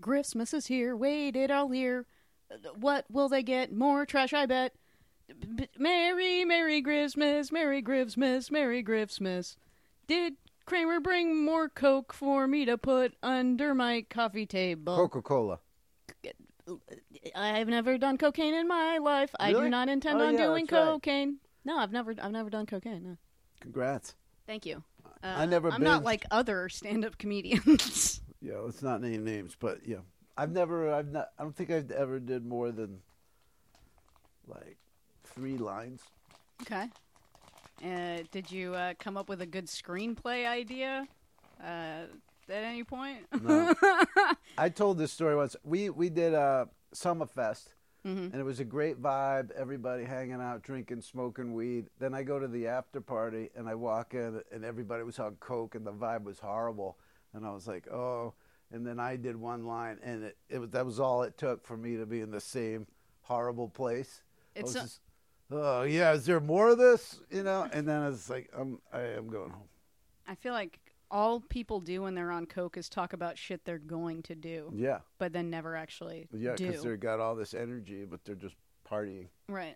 Christmas is here, waited all year. What will they get? More trash, I bet. B- Merry, Merry Christmas, Merry Christmas, Merry Christmas. Did Kramer bring more Coke for me to put under my coffee table? Coca Cola. I've never done cocaine in my life. I do Really? not intend Oh, on yeah, doing that's right. cocaine. No, I've never, I've never done cocaine. No. Congrats. Thank you. Uh, I never I'm not binged. like other stand-up comedians. Yeah, let's not name names, but yeah, I've never, I've not, I don't think I've ever did more than like three lines. okay. Uh, did you uh, come up with a good screenplay idea uh, at any point? No. I told this story once. We we did a Summerfest, and it was a great vibe. Everybody hanging out, drinking, smoking weed. Then I go to the after party, and I walk in, and everybody was on coke, and the vibe was horrible. And I was like, oh. And then I did one line, and it, it was that was all it took for me to be in the same horrible place. I It's was a- just, oh yeah, is there more of this? You know. And then I was like, I'm I am going home. I feel like all people do when they're on coke is talk about shit they're going to do, Yeah, but then never actually yeah, because they do. got all this energy, but they're just partying. Right.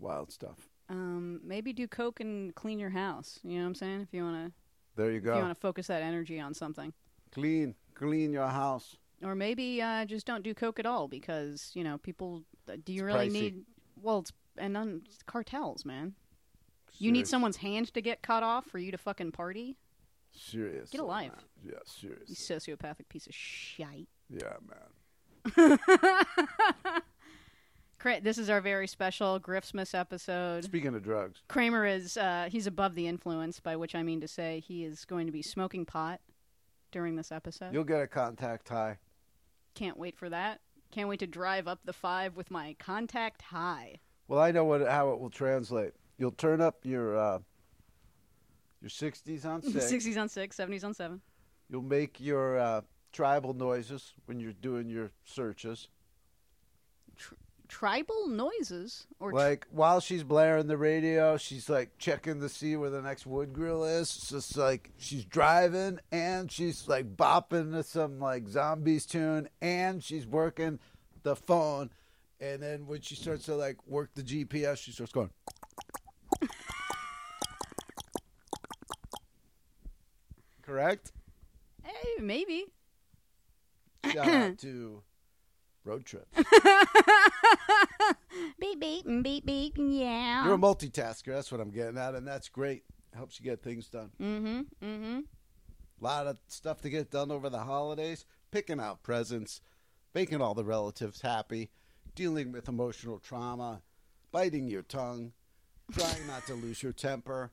Wild stuff. Um, maybe do coke and clean your house. You know what I'm saying? If you wanna, There you if you go. wanna focus that energy on something. clean, clean your house. or maybe uh, just don't do coke at all because you know people. uh, Do you really pricey. need? Well, it's and un, it's cartels, man. You need Serious- someone's hand to get cut off for you to fucking party. serious. Get alive. man. Yeah, serious. You sociopathic piece of shite. yeah, man. Cra- This is our very special Griffsmas episode. Speaking of drugs, Kramer is uh, he's above the influence, by which I mean to say he is going to be smoking pot during this episode. you'll get a contact high. Can't wait for that. Can't wait to drive up the five with my contact high. Well, I know what how it will translate. You'll turn up your uh, your sixties on six. 60s on six, 70s on seven. you'll make your uh, tribal noises when you're doing your searches. tribal noises or tr- Like while she's blaring the radio, she's like checking to see where the next wood grill is. It's just like she's driving and she's like bopping to some like zombies tune and she's working the phone. And then when she starts to like work the GPS, she starts going. Correct? eh, maybe Shout out to road trips. beep beep and beep beep and yeah You're a multitasker. That's what I'm getting at, and that's great. Helps you get things done. mm-hmm mm-hmm lot of stuff to get done over the holidays, picking out presents, making all the relatives happy, dealing with emotional trauma, biting your tongue, trying not to lose your temper,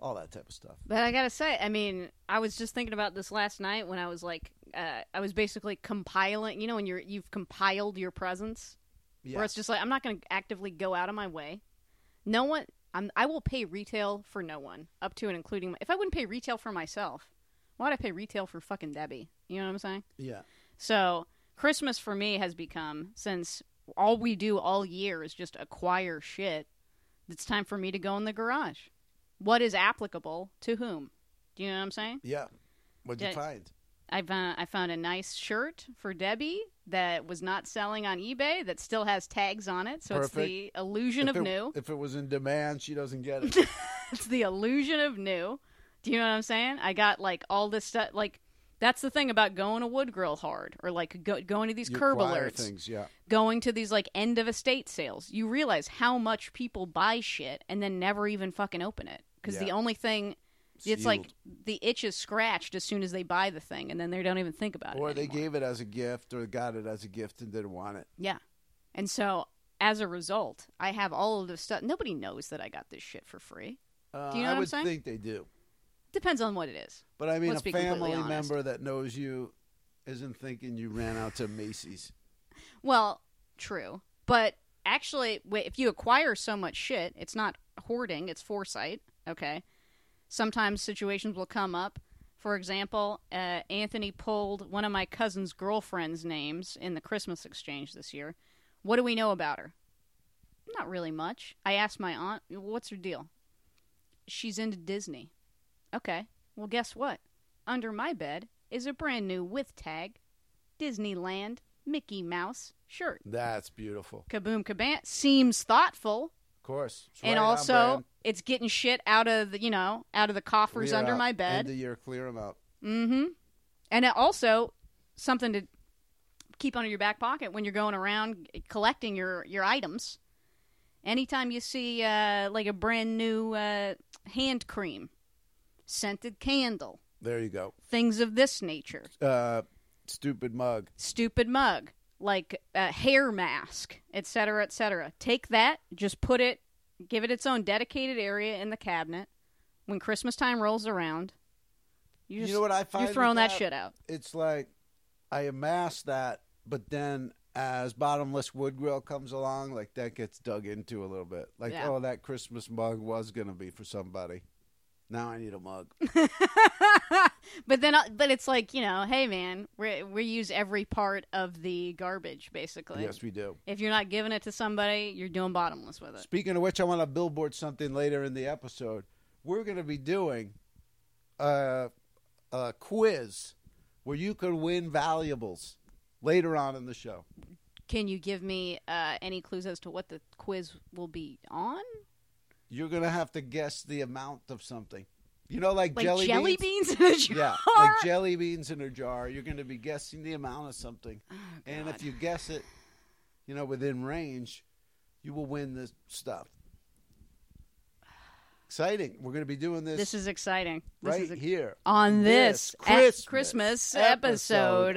all that type of stuff. but i gotta say i mean i was just thinking about this last night when i was like uh, i was basically compiling you know when you're you've compiled your presents where it's just like i'm not gonna actively go out of my way no one I'm, i will pay retail for no one up to and including my, if i wouldn't pay retail for myself why'd i pay retail for fucking debbie you know what i'm saying yeah. So Christmas for me has become since all we do all year is just acquire shit. It's time for me to go in the garage. What is applicable to whom? Do you know what I'm saying? Yeah. What'd Yeah. you find? I found I found a nice shirt for Debbie that was not selling on eBay that still has tags on it, so it's Perfect. the illusion if of it, new. If it was in demand, she doesn't get it. it's the illusion of new. Do you know what I'm saying? I got like all this stuff. Like that's the thing about going to wood grill hard or like go, going to these You curb acquire alerts. things, yeah. going to these like end of estate sales, you realize how much people buy shit and then never even fucking open it because the Yeah. only thing it's like Sealed. the itch is scratched as soon as they buy the thing and then they don't even think about it. Or they anymore. gave it as a gift or got it as a gift and didn't want it. yeah, and so as a result, I have all of this stuff. Nobody knows that I got this shit for free. Uh, Do you know I what I'm would saying? think they do. Depends on what it is. But I mean, Let's a be completely family honest. member that knows you isn't thinking you ran out to Macy's. Well, true, but actually, wait, if you acquire so much shit, it's not hoarding; it's foresight. Okay. Sometimes situations will come up. For example, uh, Anthony pulled one of my cousin's girlfriend's names in the Christmas exchange this year. What do we know about her? Not really much. I asked my aunt, "What's her deal?" She's into Disney. Okay. Well, guess what? Under my bed is a brand new with tag Disneyland Mickey Mouse shirt. That's beautiful. Kaboom Kaban seems thoughtful, Of course. It's and right on also brand. it's getting shit out of the you know out of the coffers Clear under out. my bed. End of year clear 'em out. Mm-hmm. And it also something to keep under your back pocket when you're going around collecting your your items. Anytime you see uh, like a brand new uh, hand cream, scented candle, There you go. things of this nature, Uh, stupid mug. stupid mug, like a hair mask, etc., etc. Take that, just put it, give it its own dedicated area in the cabinet. When Christmas time rolls around, you You, just know what I find? you're with throwing that shit out. It's like I amass that, but then as bottomless wood grill comes along, like that gets dug into a little bit. Like, Yeah. oh, that Christmas mug was gonna be for somebody. Now I need a mug. but then, I- but it's like you know, hey man, we we use every part of the garbage basically. yes, we do. If you're not giving it to somebody, you're doing bottomless with it. Speaking of which, I want to billboard something later in the episode. We're going to be doing a, a quiz where you could win valuables later on in the show. Can you give me uh, any clues as to what the quiz will be on? You're going to have to guess the amount of something. You know, like, Like jelly, beans? in a jar? Yeah, like jelly beans in a jar. You're going to be guessing the amount of something. and if Oh, God. you guess it, you know, within range, you will win the stuff. Exciting. We're going to be doing this, this is exciting. This right is ex- here. on this this, Christmas Christmas, Christmas episode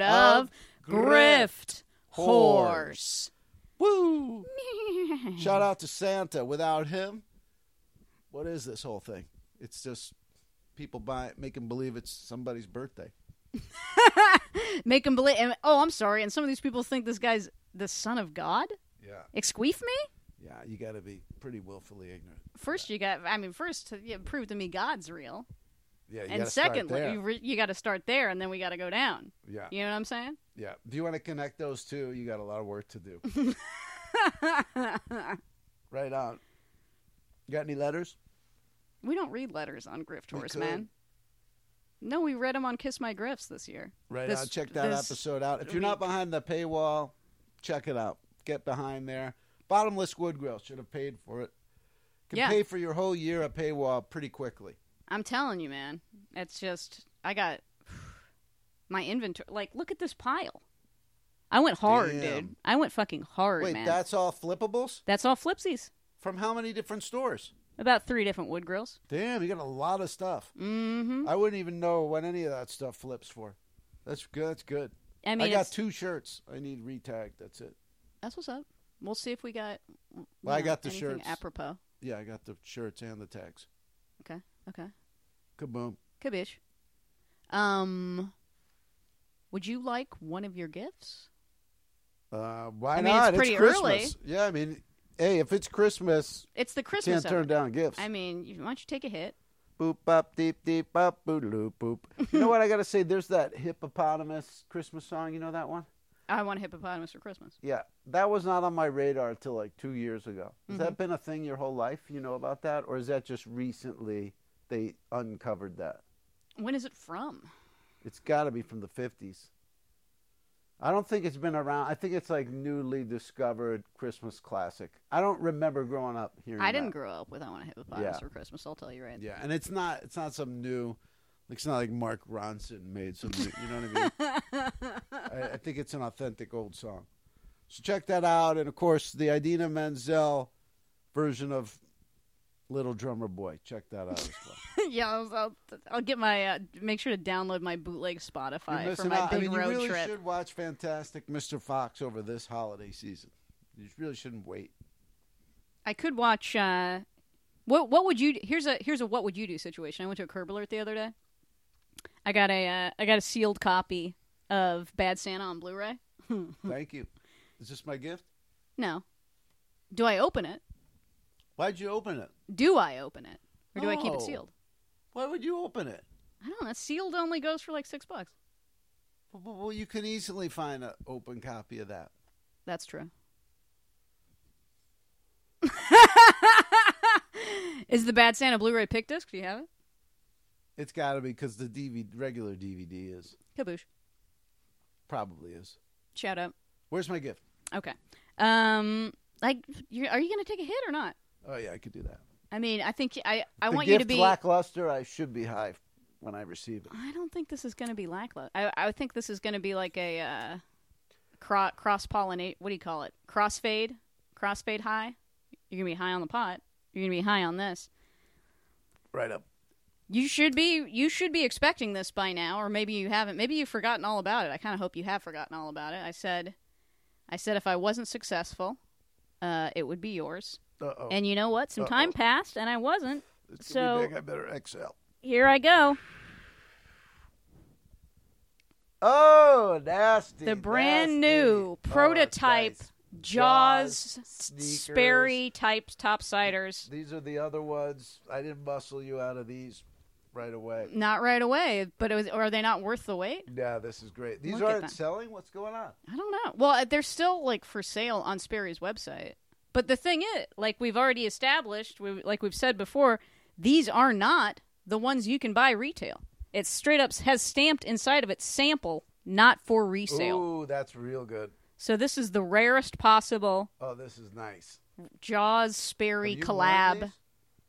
episode of of Grift Horse. Horse. Woo! Shout out to Santa. Without him, what is this whole thing? It's just people buy making believe it's somebody's birthday. Make him believe. and- Oh, I'm sorry. And some of these people think this guy's the son of God. Yeah, Exqueef me? yeah. You got to be pretty willfully ignorant. First, you got. I mean, first, you prove to me God's real, Yeah. You and gotta start secondly, there. you re- you got to start there, and then we got to go down. yeah, You know what I'm saying? yeah. If you want to connect those two, you got a lot of work to do. right on. You got any letters? we don't read letters on Grift We Horse, could. man. No, we read them on Kiss My Grifts this year. Right This- on. Check that this episode out. If you're not behind the paywall, check it out. Get behind there. Bottomless Wood Grill should have paid for it. Can Yeah. pay for your whole year of paywall pretty quickly. I'm telling you, man. It's just I got my inventory. Like, look at this pile. I went hard, Damn. dude. I went fucking hard, Wait, man. that's all flippables That's all flipsies. from how many different stores? About three different wood grills. Damn, you got a lot of stuff. Mm-hmm. I wouldn't even know what any of that stuff flips for. That's good. That's good. I I, mean, got it's- two shirts. I need retagged. That's it. that's what's up. We'll see if we got. you Well, I know, got the anything shirts. Apropos. Yeah, I got the shirts and the tags. Okay. Okay. Kaboom. Kabish. Um. Would you like one of your gifts? Uh, why I mean, it's not? pretty early. Christmas. Yeah, I mean, hey, if it's Christmas, It's the you Christmas. can't turn episode. down gifts. I mean, you- why don't you take a hit? boop bop deep deep bop boodaloo boop. You know what I gotta say? There's that hippopotamus Christmas song. You know that one? I want a hippopotamus for Christmas. Yeah, that was not on my radar until like two years ago. Mm-hmm. Has that been a thing your whole life? You know about that, or is that just recently they uncovered that? When is it from? It's got to be from the fifties. I don't think it's been around. I think it's like newly discovered Christmas classic. I don't remember growing up hearing. I didn't that. grow up with I want a hippopotamus Yeah. for Christmas. I'll tell you right. Yeah, and it's not it's not some new. It's not like Mark Ronson made some. New, you know what I mean? I, I think it's an authentic old song. So check that out, and of course the Idina Menzel version of "Little Drummer Boy." Check that out as well. yeah, I'll, I'll, I'll get my uh, make sure to download my bootleg You're Spotify for missing my out. big I mean, you road really trip. should watch Fantastic Mr. Fox over this holiday season. You really shouldn't wait. I could watch. Uh, what what would you? Here's a here's a what would you do situation. I went to a curb alert the other day. I got a uh, I got a sealed copy of Bad Santa on Blu-ray. Thank you. Is this my gift? No, do I open it? Why'd you open it? Do I open it, or do I keep No. it sealed? Why would you open it? I don't know. Sealed only goes for like six bucks. Well, well, you can easily find an open copy of that. That's true. Is the Bad Santa Blu-ray pick disc? Do you have it? It's got to be because the DVD, regular DVD is. Kaboosh. Probably is. Shout out. Where's my gift? Okay. Um, like, you are you going to take a hit or not? Oh yeah, I could do that. I mean, I think I I the want you gift to be. lackluster. I should be high f- when I receive it. I don't think this is going to be lackluster. I I think this is going to be like a uh, cro- cross pollinate. What do you call it? Crossfade. Crossfade high. You're going to be high on the pot. You're going to be high on this. Right up. You should be you should be expecting this by now, or maybe you haven't. Maybe you've forgotten all about it. I kind of hope you have forgotten all about it. I said, I said if I wasn't successful, uh, it would be yours. Uh oh. And you know what? Some time passed, and I wasn't. It's so- too big. I better exhale. Here I go. Oh, nasty. The brand nasty. new Oh, it's prototype nice. Jaws, Jaws, s- sneakers. Sperry type topsiders. These are the other ones. I didn't muscle you out of these right away. Not right away, but it was, are they not worth the wait? Yeah, this is great. These Look at aren't that. selling. What's going on? I don't know. Well, uh, they're still like for sale on Sperry's website. But the thing is, like we've already established, we, like we've said before, these are not the ones you can buy retail. It straight up has stamped inside of it sample, not for resale. Ooh, that's real good. So this is the rarest possible Oh, this is nice. Jaws Have Sperry you worn collab. these?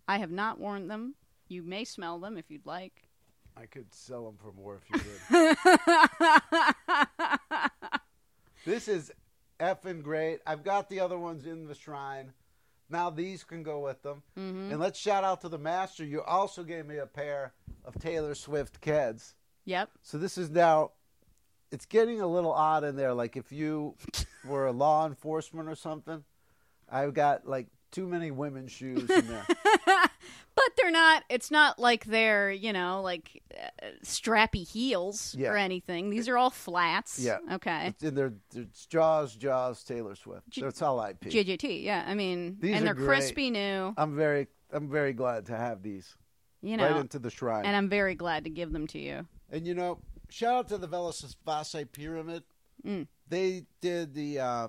I have not worn them. You may smell them if you'd like. I could sell them for more if you would. Mm-hmm. this is effing great. I've got the other ones in the shrine. Now these can go with them. Mm-hmm. And let's shout out to the master. You also gave me a pair of Taylor Swift Keds. Yep. So this is now. It's getting a little odd in there. Like if you were a law enforcement or something, I've got like too many women's shoes in there. But they're not, it's not like they're, you know, like uh, strappy heels Yeah. or anything. These are all flats. Yeah. Okay. it's in their, their jaws, jaws, Taylor Swift. J- That's all IP. JJT. Yeah. I mean, These and are they're great. crispy new, I'm very I'm very glad to have these you know, right into the shrine. and And, I'm very glad to give them to you. you know, shout out to the Velasvase Pyramid. Mm. They did the uh,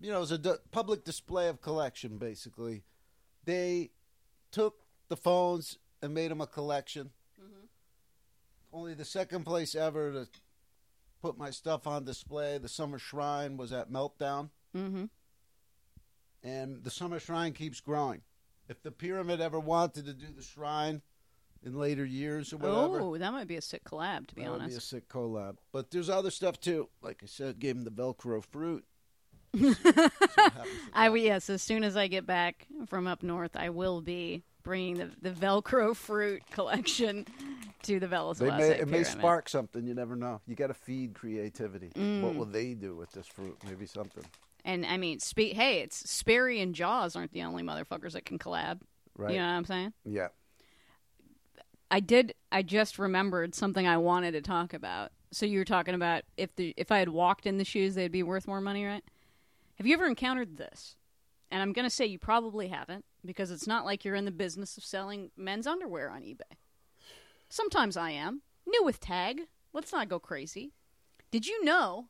you know, it was a d- public display of collection basically. They took the phones and made them a collection. Only the second place ever to put my stuff on display, the Summer Shrine was at Meltdown. Mm-hmm. and the summer shrine keeps growing. If the pyramid ever wanted to do the shrine in later years or whatever, Oh, that might be a sick collab, to be that would be a honest. sick collab. But there's other stuff too. Like I said, gave him the Velcro fruit. I will- yes, as soon as I get back from up north, I will be bringing the, the Velcro fruit collection to the Velas They may, it may Pyramid. spark something. You never know. You got to feed creativity. What Mm. will they do with this fruit? Maybe something, And I mean, spe- hey, it's Sperry and Jaws aren't the only motherfuckers that can collab. right? You know what I'm saying? Yeah. I did. I just remembered something I wanted to talk about. So you were talking about if the if I had walked in the shoes, they'd be worth more money, right? Have you ever encountered this? And I'm gonna say you probably haven't because it's not like you're in the business of selling men's underwear on eBay. Sometimes I am new with tag. Let's not go crazy. Did you know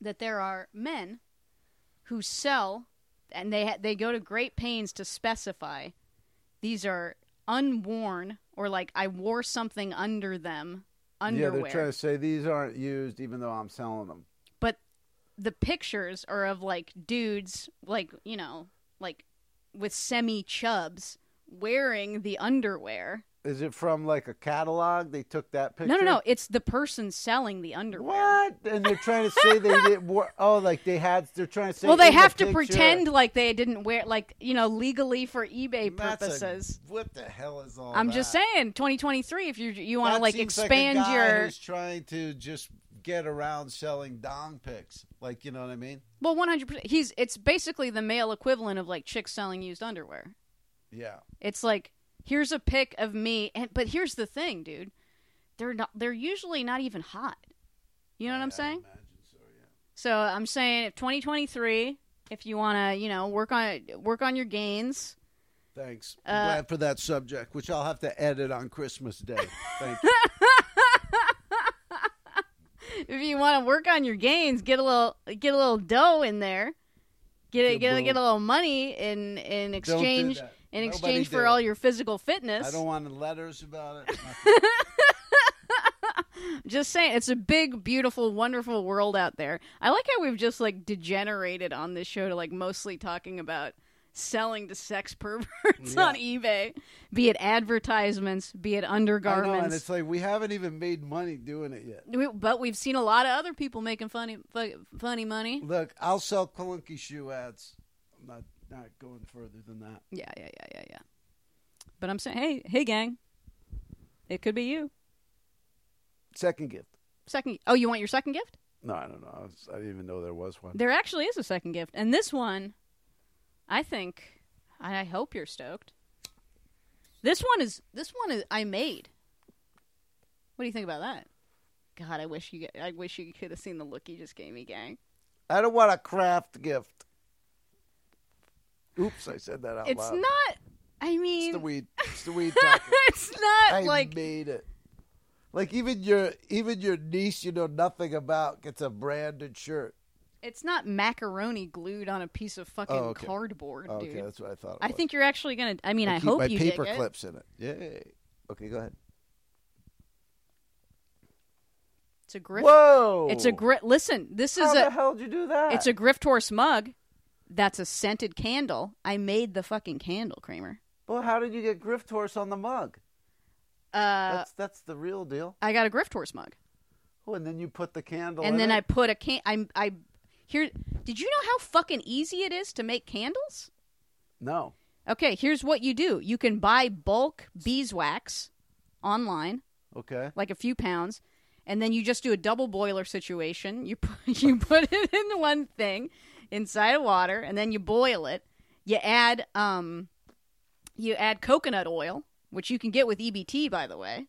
that there are men who sell and they ha- they go to great pains to specify these are unworn or like I wore something under them underwear. Yeah, they're trying to say these aren't used, even though I'm selling them. But the pictures are of like dudes like, you know, like with semi chubs wearing the underwear. Is it from like a catalog? They took that picture. No, no, no, it's the person selling the underwear. What? And they're trying to say they didn't. War- oh, like they had. They're trying to say. Well, they in the have to picture- pretend like they didn't wear like, you know, legally for eBay That's a- purposes. what the hell is all? I'm just that? saying 2023 if you you want to That like seems expand like a guy your Who's trying to just get around selling dong pics? Like you know what I mean? Well, one hundred percent. He's it's basically the male equivalent of like chicks selling used underwear. Yeah. It's like here's a pic of me, and but here's the thing, dude. They're not. They're usually not even hot. You know what I'm I saying? imagine so, yeah. So I'm saying if 2023, if you want to, you know, work on work on your gains. Thanks. Uh, I'm glad for that subject, which I'll have to edit on Christmas Day. Thank you. If you want to work on your gains, get a little get a little dough in there. Get a, Good get a, move. get a little money in in do exchange that. in Nobody exchange do for it. all your physical fitness. I don't want letters about it. Just saying, it's a big, beautiful, wonderful world out there. I like how we've just like degenerated on this show to like mostly talking about selling to sex perverts Yeah. on eBay, be it advertisements, be it I know, and undergarments. it's like we haven't even made money doing it yet. We- but we've seen a lot of other people making funny, fu- funny money. Look, I'll sell Kalunky shoe ads. I'm not not going further than that. Yeah, yeah, yeah, yeah, yeah. But I'm saying, hey, hey, gang, it could be you. Second gift. Second, oh, you want your second gift? No, I don't know. I, was, I didn't even know there was one. There actually is a second gift, and this one, I think, I I hope you're stoked. This one is this one is I made. What do you think about that? God, I wish you get- I wish you could have seen the look you just gave me, gang. I don't want a craft gift. Oops, I said that out it's loud. not. I It's mean, the weed. It's the weed. talking. it's not I like made it. Like even your even your niece you know nothing about gets a branded shirt. it's not macaroni glued on a piece of fucking Oh, okay. cardboard, Okay, dude. that's what I thought. It I was. think you're actually gonna. I mean, I, keep hope my you paper dig it. clips in it. Yay. Okay, go ahead. It's a grift. Whoa! It's a grit. Listen, this is How a. the hell did you do that? It's a grift horse mug. That's a scented candle. I made the fucking candle, Kramer. Well, how did you get Grift Horse on the mug? Uh, That's that's the real deal. I got a grift horse mug, Oh, and then you put the candle. and in then it. I put a can. I I here. Did you know how fucking easy it is to make candles? no. Okay, here's what you do. You can buy bulk beeswax online. Okay. like a few pounds, and then you just do a double boiler situation. You put, you put it in one thing inside of water, and then you boil it. You add um, you add coconut oil, which you can get with EBT, by the way,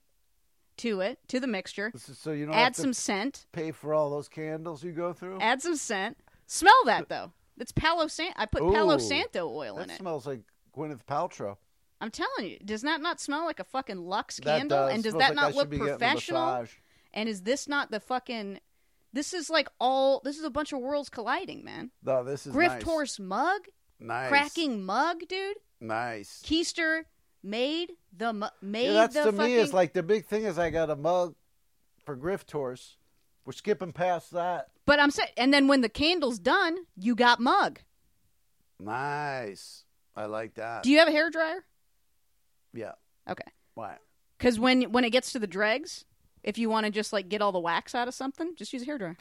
to it to the mixture. This is- So you don't Add have to some scent. pay for all those candles you go through. Add some scent. Smell that though. It's Palo Santo. I put Palo Ooh, Santo oil in that it. smells like Gwyneth Paltrow. I'm telling you, does that not smell like a fucking Lux That candle? does. And does Smells that like I not should look be getting a professional? massage. And is this not the fucking? This is like all. This is a bunch of worlds colliding, man. No, this is Grift nice. horse mug, nice. cracking mug, dude. Nice. Keister made the mu- made Yeah, that's the to fucking. me is like the big thing is I got a mug for Grift Horse. We're skipping past that. but I'm saying, and then when the candle's done, you got mug. Nice. I like that. Do you have a hair dryer? yeah. Okay, Why? because when when it gets to the dregs, if you want to just like get all the wax out of something, just use a hair dryer.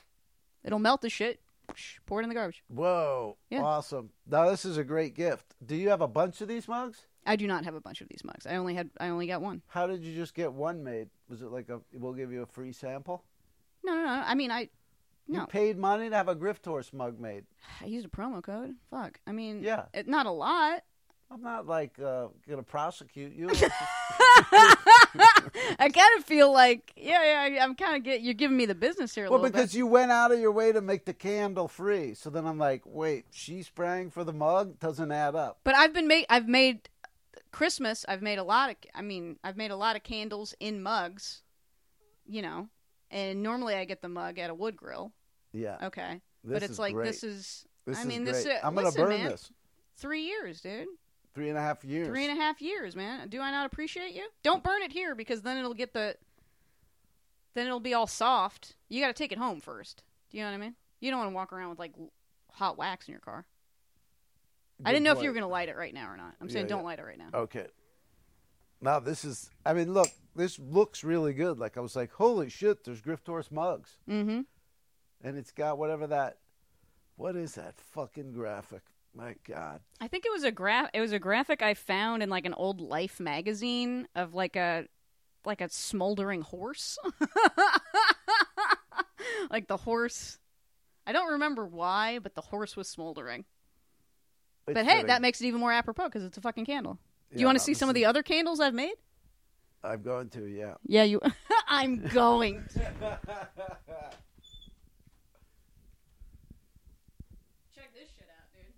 It'll melt the shit. Psh, Pour it in the garbage. Whoa. Yeah. Awesome. Now this is a great gift. Do you have a bunch of these mugs? I do not have a bunch of these mugs. I only had I only got one. How did you just get one made? Was it like a we'll give you a free sample? No, no, no. I mean, I You No. paid money to have a Grift Horse mug made. I used a promo code. Fuck. I mean, Yeah. it, not a lot. I'm not like uh, gonna prosecute you. I kind of feel like, yeah, yeah, I'm kind of get you're giving me the business here a well, little because bit. you went out of your way to make the candle free. So then I'm like, wait, she sprang for the mug doesn't add up. But I've been made. I've made Christmas. I've made a lot of. I mean, I've made a lot of candles in mugs. You know, and normally I get the mug at a wood grill. Yeah, Okay, this Uh, but it's is like great. this is. This I is mean, this great. is- I'm gonna listen, burn man. this. Three years, dude. Three and a half years. Three and a half years, man. Do I not appreciate you? Don't burn it here because then it'll get the. Then it'll be all soft. You got to take it home first. Do you know what I mean? You don't want to walk around with like l- hot wax in your car. I Good didn't know if point. you were going to light it right now or not. I'm saying Yeah, don't yeah. Oh. light it right now. Okay. Now this is. I mean, look, this looks really good. Like I was like, holy shit, there's Grift Horse mugs, Mm-hmm. and it's got whatever that. What is that fucking graphic? My God. I think it was a graph. It was a graphic I found in like an old Life magazine of like a like a smoldering horse, like the horse. I don't remember why, but the horse was smoldering. It's But hey, fitting. that makes it even more apropos because it's a fucking candle. Do Yeah, you want no, to see some of this the other candles I've made? is- I'm going to. Yeah. Yeah, you. I'm going. Check this shit out, dude.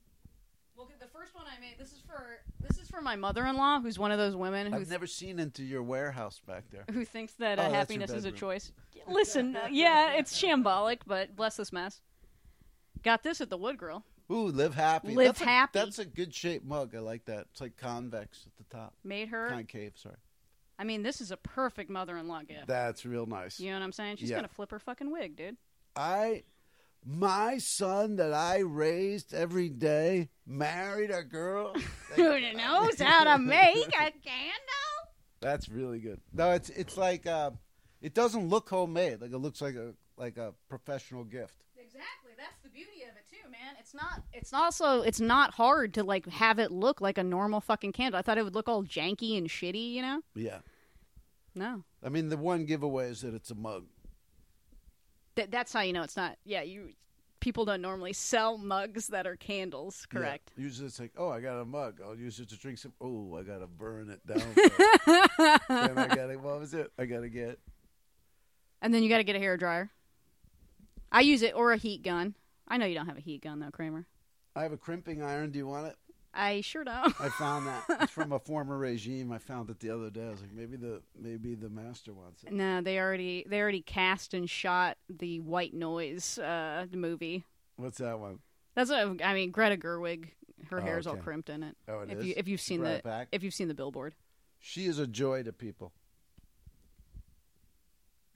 Well, the first one I made. This is for this is for my mother-in-law, who's one of those women who I've never seen into your warehouse back there. who thinks that Oh, uh, that's your happiness is a bedroom. choice. Listen, uh, yeah, it's shambolic, but bless this mess. Got this at the Wood Grill. Ooh, live happy. Live that's a- happy. that's a good shaped mug. I like that. It's like convex at the top, Made her concave. Sorry. I mean, this is a perfect mother-in-law gift. That's real nice. You know what I'm saying? She's Yeah. gonna flip her fucking wig, dude. I, my son that I raised every day married a girl. Who knows how to make a candle? That's really good. No, it's it's like uh, it doesn't look homemade. Like it looks like a like a professional gift. Exactly. That's the beauty of it too, man. It's not it's also it's not hard to like have it look like a normal fucking candle. I thought it would look all janky and shitty, you know? Yeah. No. I mean, the one giveaway is that it's a mug. Th- that's how you know it's not. Yeah, you people don't normally sell mugs that are candles, Yeah. correct? Usually it's like, oh, I got a mug. I'll use it to drink some. Oh, I gotta burn it down. first. then I gotta. What was it? I gotta get. And then you got to get a hair dryer. I use it or a heat gun. I know you don't have a heat gun though, Kramer. I have a crimping iron. Do you want it? I sure don't. I found that it's from a former regime. I found it the other day. I was like, maybe the maybe the master wants it. no, they already they already cast and shot the White Noise uh, movie. What's that one? That's what I mean. Greta Gerwig, her Oh, hair's all okay. crimped in it. Oh, it if is? you if you've She seen brought the it back? if you've seen the billboard, She is a joy to people.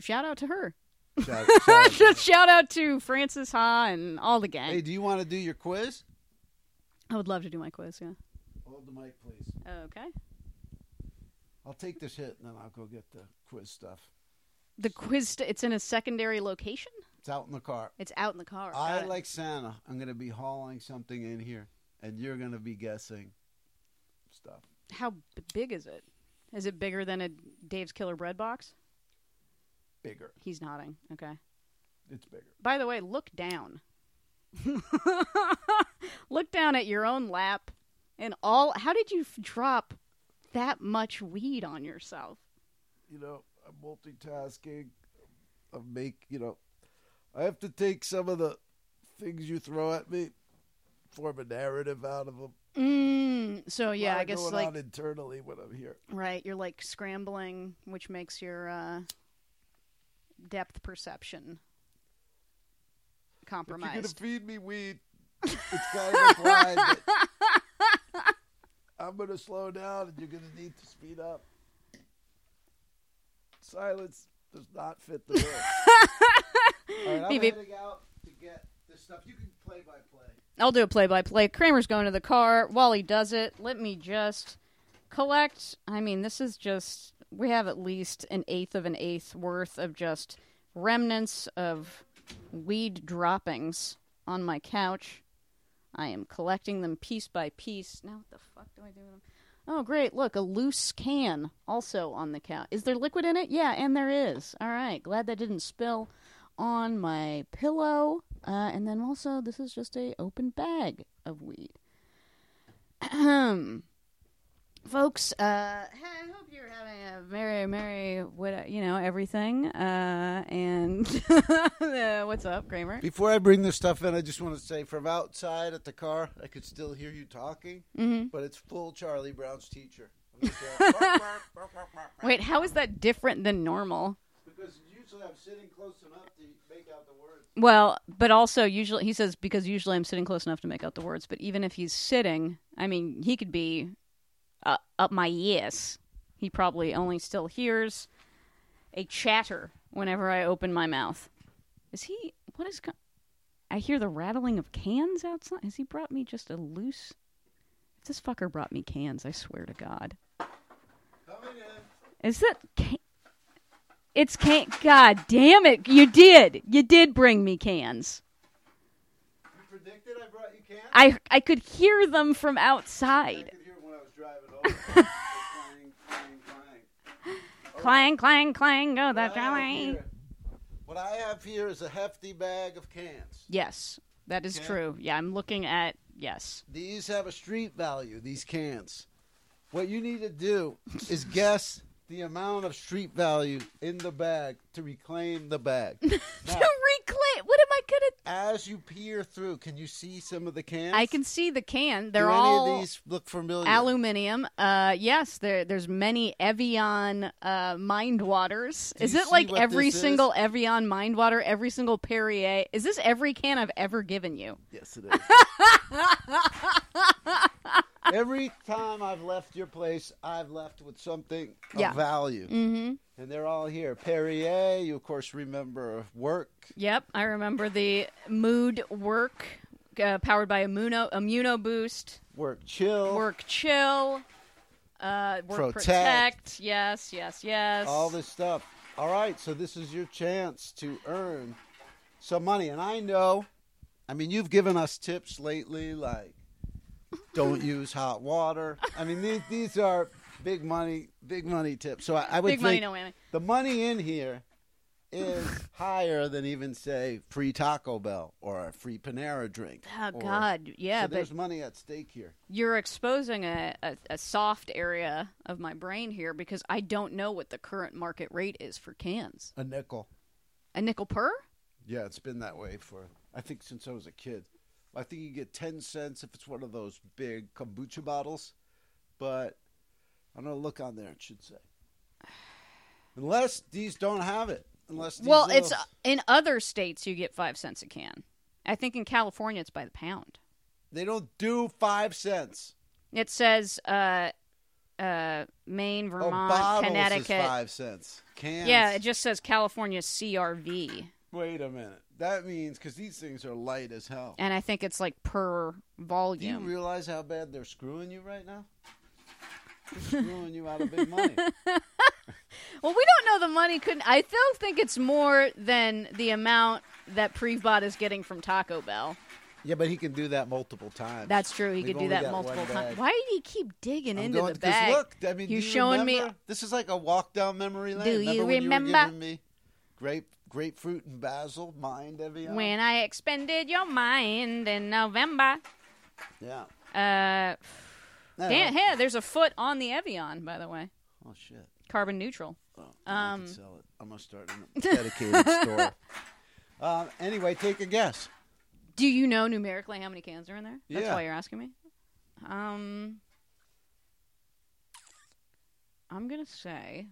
shout out to her. Shout- shout out. shout out to Francis Ha and all the gang. hey, do you want to do your quiz? I would love to do my quiz. Yeah. Hold the mic, please. Okay. I'll take this hit and then I'll go get the quiz stuff. The quiz. St- it's in a secondary location. It's out in the car. It's out in the car. I Got it. like Santa. I'm going to be hauling something in here and you're going to be guessing stuff. How b- big is it? Is it bigger than a Dave's Killer Bread box? Bigger. He's nodding. Okay. It's bigger. By the way, look down. look down at your own lap and all. How did you f- drop that much weed on yourself? You know, I'm multitasking. I make, you know, I have to take some of the things you throw at me, form a narrative out of them. Mm, so yeah, lot I guess going like on internally when I'm here. right, you're like scrambling, which makes your uh, depth perception If you're going to compromised. feed me weed, it's kind of implied that I'm going to slow down and you're going to need to speed up. Silence does not fit the bill. All right, I'm Beep, beep. heading out to get this stuff. You can play by play. I'll do a play by play. Kramer's going to the car. While he does it, let me just collect. I mean, this is just. We have at least an eighth of an eighth worth of just remnants of weed droppings on my couch. I am collecting them piece by piece. Now, what the fuck do I do with them? Oh, great. Look, a loose can also on the couch. Is there liquid in it? Yeah, and there is. All right. Glad that didn't spill on my pillow. Uh, and then also, this is just a open bag of weed. Ahem. Folks, uh, I hope you're having a merry, merry, what you know, everything. Uh, and uh, what's up, Kramer? Before I bring this stuff in, I just want to say from outside at the car, I could still hear you talking, Mm-hmm. but it's full Charlie Brown's teacher. I'm just going, "Bark, bark, bark, bark, bark." Wait, how is that different than normal? because usually I'm sitting close enough to make out the words. Well, but also usually he says because usually I'm sitting close enough to make out the words. But even if he's sitting, I mean, he could be uh, up my ears. He probably only still hears a chatter whenever I open my mouth. Is he? What is? Go- I hear the rattling of cans outside. Has he brought me just a loose? If this fucker brought me cans, I swear to God. Coming in. Is that can- It's can. God damn it! You did. You did bring me cans. You predicted I brought you cans? I I could hear them from I outside. could hear when I was driving over. They're clang, clang, clang. Clang, clang, clang, go What I the have clang. here- What I have here is a hefty bag of cans. Yes, that is Okay. true. Yeah, I'm looking at yes. These have a street value, these cans. What you need to do is guess the amount of street value in the bag to reclaim the bag. To Now, reclaim, what am I gonna? as you peer through, can you see some of the cans? I can see the can. Do They're any all of these look familiar? aluminum. Uh, yes, there there's many Evian uh mind waters. Do Is you it see like what every this is? single Evian mind water? Every single Perrier? Is this every can I've ever given you? Yes, it is. Every time I've left your place, I've left with something of Yeah. value. Mm-hmm. And they're all here. Perrier, you of course remember work. Yep, I remember the mood work uh, powered by immuno immuno boost, Work chill. work chill, uh, work protect. Protect. Yes, yes, yes. all this stuff. All right, so this is your chance to earn some money. And I know, I mean, you've given us tips lately like don't use hot water. I mean, these, these are big money, big money tips. So I, I would big think money, no whammy. the money in here is higher than even say free Taco Bell or a free Panera drink. Oh or- God, yeah, so but there's money at stake here. you're exposing a, a, a soft area of my brain here because I don't know what the current market rate is for cans. A nickel. A nickel per? Yeah, it's been that way for I think since I was a kid. I think you get ten cents if it's one of those big kombucha bottles, but I'm gonna look on there. It should say, unless these don't have it. Unless these Well, little- it's uh, in other states you get five cents a can. I think in California it's by the pound. they don't do five cents. It says uh, uh, Maine, Oh, Vermont, bottles is Connecticut. five cents. Cans. Yeah, it just says California CRV, Wait a minute. That means because these things are light as hell. and I think it's like per Do you volume. realize how bad they're screwing you right now? They're screwing you out of big money. well, we don't know the money couldn't. I still think it's more than the amount that Prevbot is getting from Taco Bell. Yeah, but he can do that multiple times. That's true. He We've could do only that got one multiple bag. times. Why do you keep digging I'm into going- the 'cause bag? look, I mean, You're do you showing me- remember? This is like a walk down memory lane. Do remember you when You were remember? giving me grape, grapefruit and basil, mind Evian. When I expended your mind in November. Yeah. Uh, No, Dan, hey, there's a foot on the Evian, by the way. Oh shit. Carbon neutral. Oh, I can Um. sell it. I'm gonna start a dedicated store. Um, anyway, take a guess. Do you know numerically how many cans are in there? That's Yeah. why you're asking me. Um, I'm gonna say.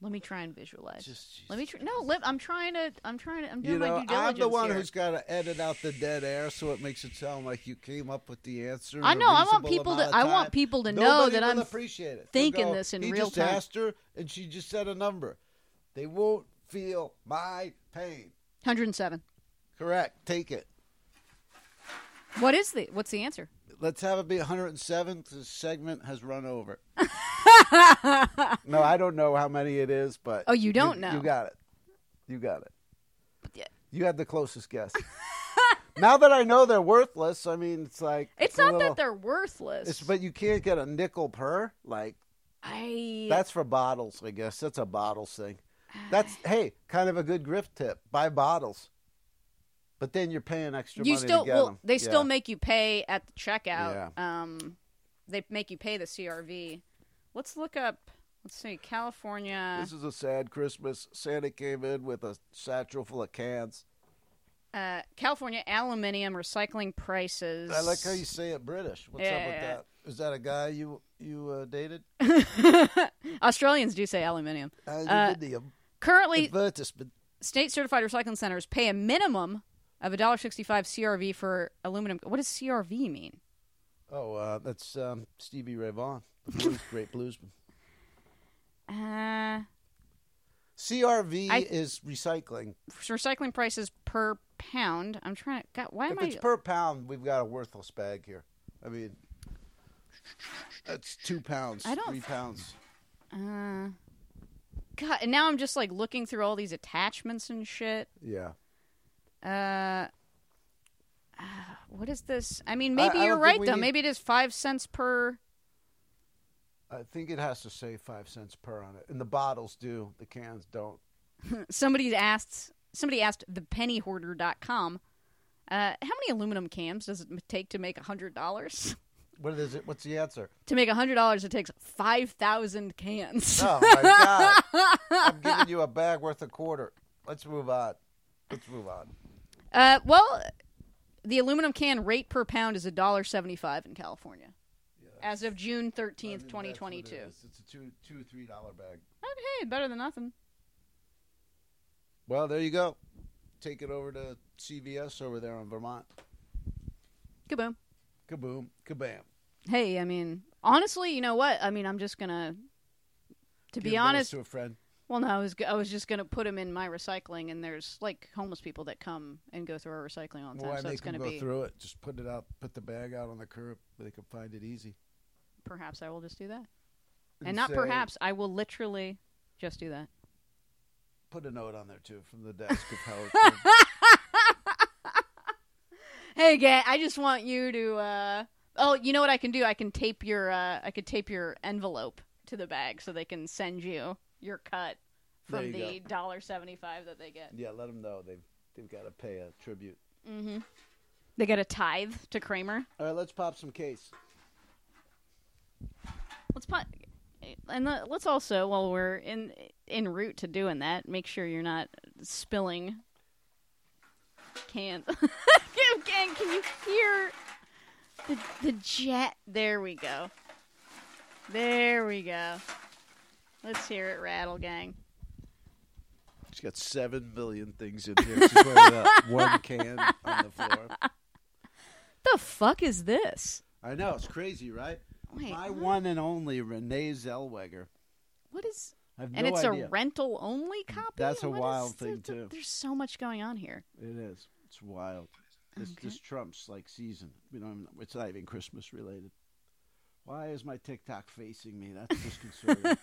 Let me try and visualize. Just Jesus let me try. No, let, I'm trying to. I'm trying to. I'm doing You know, my due diligence I'm the one here. who's got to edit out the dead air, so it makes it sound like you came up with the answer. in I a know, I want reasonable people amount to- of I want time. people to know Nobody that will I'm appreciate it. They'll thinking go, this in "He real just time." asked her, and she just said a number. They won't feel my pain. 107. Correct. Take it. What is the? What's the answer? Let's have it be 107. 'cause This segment has run over. no, I don't know how many it is, but Hmm. Oh, you don't know. You got it. You got it. Yeah. You had the closest guess. now that I know they're worthless, I mean, it's like It's a not little- that they're worthless. It's, but you can't get a nickel per. Like I. that's for bottles, I guess. That's a bottles thing. That's hey, kind of a good grift tip. Buy bottles, but then you're paying extra you money still to get well them. they Yeah. still make you pay at the checkout um they make you pay the crv let's look up let's see california This is a sad Christmas. Santa came in with a satchel full of cans. uh california aluminum recycling prices I like how you say it British. What's up with Yeah. that? Is that a guy you you uh, dated? australians do say aluminum Uh, you Uh, did the currently advertisement. state certified recycling centers pay a minimum of $1.65 crv for aluminum what does crv mean Oh, uh, that's um, Stevie Ray Vaughan, the blues, great bluesman. uh CRV I- is recycling. recycling prices per pound i'm trying to god why am If i it's per pound, we've got a worthless bag here. I mean, that's two pounds, I don't three pounds. Uh, God, and now I'm just like looking through all these attachments and shit. Yeah. Uh, uh, what is this? I mean, maybe I you're don't think right we though. need- Maybe it is five cents per. I think it has to say five cents per on it. And the bottles do, the cans don't. Somebody asked. Somebody asked thepennyhoarder.com. Uh, how many aluminum cans does it m- take to make a hundred dollars? What is it? What's the answer? to make a hundred dollars, it takes five thousand cans. Oh my god! I'm giving you a bag worth a quarter. Let's move on. Let's move on. Uh, well, the aluminum can rate per pound is a dollar seventy-five in California, as of June thirteenth, twenty twenty-two. It's a two, two, three dollar bag. Okay, better than nothing. Well, there you go. Take it over to CVS over there in Vermont. Kaboom. kaboom, kabam. Hey, I mean, honestly, you know what? I mean, I'm just gonna. To Give be those honest, to a friend. well, no, I was g- I was just gonna put them in my recycling, and there's like homeless people that come and go through our recycling all the time, Well, I so it's make them gonna go be. through it. Just put it out, put the bag out on the curb, where they can find it easy. Perhaps I will just do that, and not say, perhaps I will literally just do that. Put a note on there too from the desk of Howard. Stern. Hey, gang, I just want you to. uh Oh, you know what I can do? I can tape your. uh I could tape your envelope to the bag so they can send you your cut There from you go. the dollar seventy five that they get. yeah, let them know they've they've got to pay a tribute. Mm-hmm. They get a tithe to Kramer. All right, let's pop some case. Let's pot. And le- let's also, while we're in en route to doing that, make sure you're not spilling cans. Can- can, can you hear the the jet? There we go. There we go. Let's hear it rattle, gang. She's got seven million things in here. She's wearing that one can on the floor. The fuck is this? I know it's crazy, right? Wait, My what? one and only Renee Zellweger. What is? I have and no it's idea. a rental only copy. That's a What is- wild thing, there- too. There's so much going on here. It is. It's wild. This Okay. this Trump's like season. We don't. Even, it's not even Christmas related. Why is my TikTok facing me? That's disconcerting.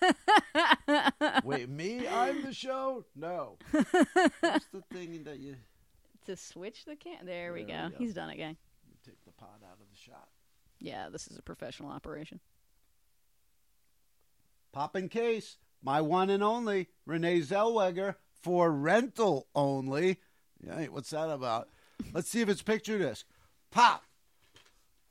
Wait, me? I'm the show? No. What's the thing that you to switch the can. There we There go. we go. He's done it, gang. you take the pot out of the shot? Yeah, this is a professional operation. Pop in case. My one and only Renee Zellweger for rental only. Hey, what's that about? Let's see if it's picture disc. Pop.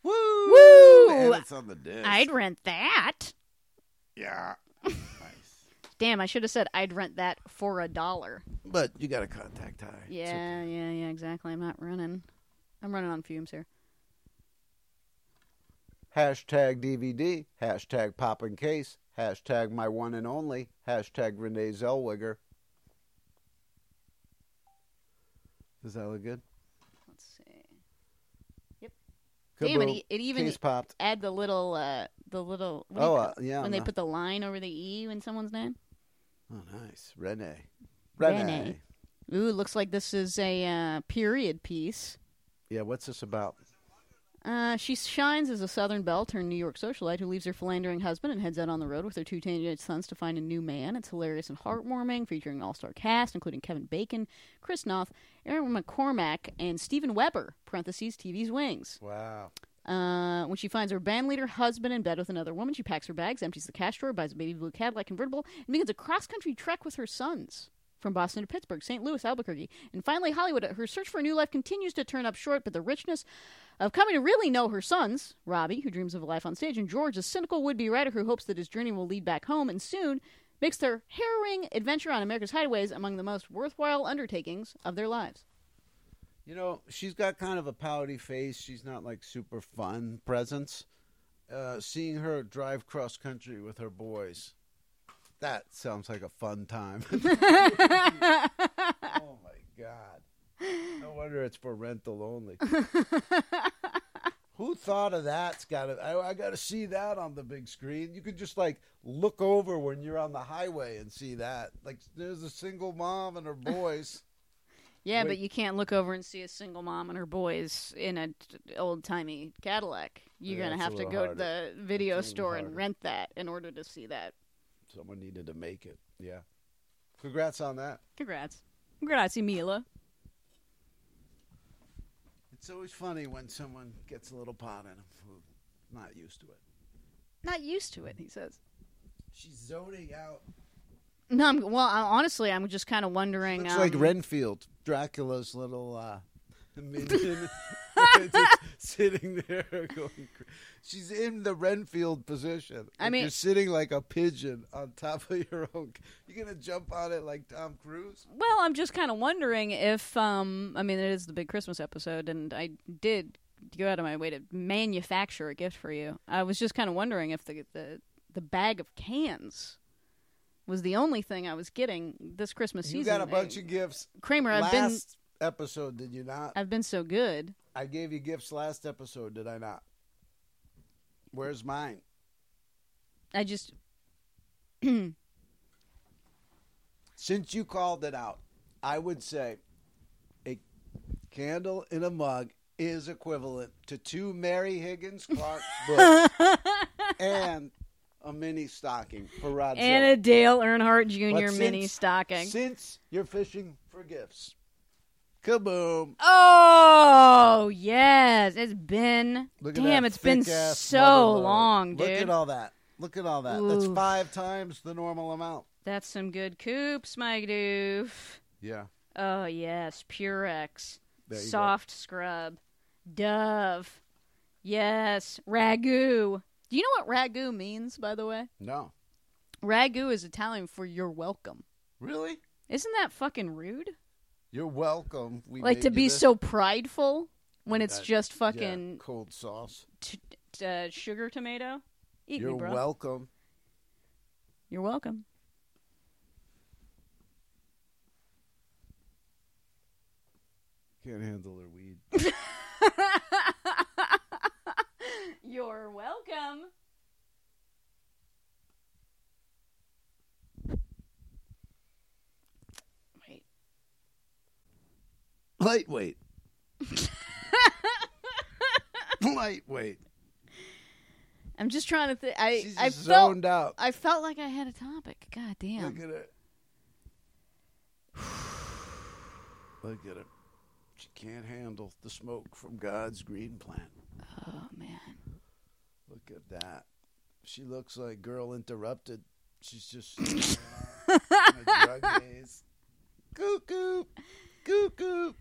Woo! Woo! And it's on the disc. I'd rent that. Yeah. nice. Damn, I should have said I'd rent that for a dollar. But you got to contact high. It's Yeah, yeah, yeah, exactly. I'm not running. I'm running on fumes here. okay. Hashtag DVD, hashtag pop and case, hashtag my one and only, hashtag Renee Zellweger. Does that look good? Let's see. Damn it! Kaboom. e- It even case popped. add the little, uh, the little. What do you Oh, call- uh, yeah. when no. they put the line over the e in someone's name. oh, nice. Renee. Renee. Ooh, looks like this is a uh, period piece. Yeah, what's this about? Uh, she shines as a Southern belle turned New York socialite who leaves her philandering husband and heads out on the road with her two teenage sons to find a new man. It's hilarious and heartwarming, featuring an all-star cast including Kevin Bacon, Chris Noth, Aaron McCormack, and Stephen Weber (parentheses TV's Wings). Wow. Uh, when she finds her bandleader husband in bed with another woman, she packs her bags, empties the cash drawer, buys a baby blue Cadillac convertible, and begins a cross-country trek with her sons. From Boston to Pittsburgh, St. Louis, Albuquerque, and finally Hollywood, her search for a new life continues to turn up short, but the richness of coming to really know her sons, Robbie, who dreams of a life on stage, and George, a cynical would be writer who hopes that his journey will lead back home, and soon makes their harrowing adventure on America's highways among the most worthwhile undertakings of their lives. You know, she's got kind of a pouty face. She's not like super fun presence. Uh, seeing her drive cross country with her boys, that sounds like a fun time. oh my god! No wonder it's for rental only. Who thought of that's got to? I, I got to see that on the big screen. You could just like look over when you're on the highway and see that. Like, there's a single mom and her boys. Yeah, Wait. but you can't look over and see a single mom and her boys in a old timey Cadillac. You're Yeah, gonna it's a have to little go to the harder. video It's a little store and harder. rent that in order to see that. someone needed to make it. Yeah. Congrats on that. Congrats, congrats, Mila. It's always funny when someone gets a little pot in them who's not used to it. Not used to it, he says. She's zoning out. No, I'm, well, I, honestly, I'm just kind of wondering. Looks um, like Renfield, Dracula's little uh, minion, just sitting there going. cra- She's in the Renfield position. I Like, mean- you're sitting like a pigeon on top of your own. You're gonna jump on it like Tom Cruise. Well, I'm just kind of wondering if, um, I mean, it is the big Christmas episode, and I did go out of my way to manufacture a gift for you. I was just kind of wondering if the, the the bag of cans was the only thing I was getting this Christmas you season. got a bunch I- of gifts. Kramer. I've last been episode, did you not? I've been so good. I gave you gifts last episode, did I not? Where's mine? I just Since you called it out, I would say a candle in a mug is equivalent to two Mary Higgins Clark books and a mini stocking for Rod. and a Ziller. Dale Earnhardt Jr. But mini since- stocking. Since you're fishing for gifts, kaboom! Oh yes, it's been Look at damn. that It's been thick-ass so motherload. long, Look dude. at all that. Look at all that. That's Oof. five times the normal amount. That's some good coops, my doof. Yeah. Oh yes, Purex, There you go. soft scrub, Dove. Yes, ragu. Do you know what ragu means, by the way? No. Ragu is Italian for "you're welcome." Really? Isn't that fucking rude? You're welcome. We like made to you be this. so prideful when it's That- just Yeah, fucking cold sauce. t- t- uh, sugar tomato. Eat You're me, bro. welcome. You're welcome. Can't handle her weed. You're welcome. Wait. Lightweight. Lightweight. I'm just trying to think. I She's I just felt zoned out. I felt like I had a topic. God damn. Look at her. Look at her. She can't handle the smoke from God's green plant. Oh man. Look at that. She looks like girl interrupted. She's just on a drug haze. Cuckoo. Cuckoo.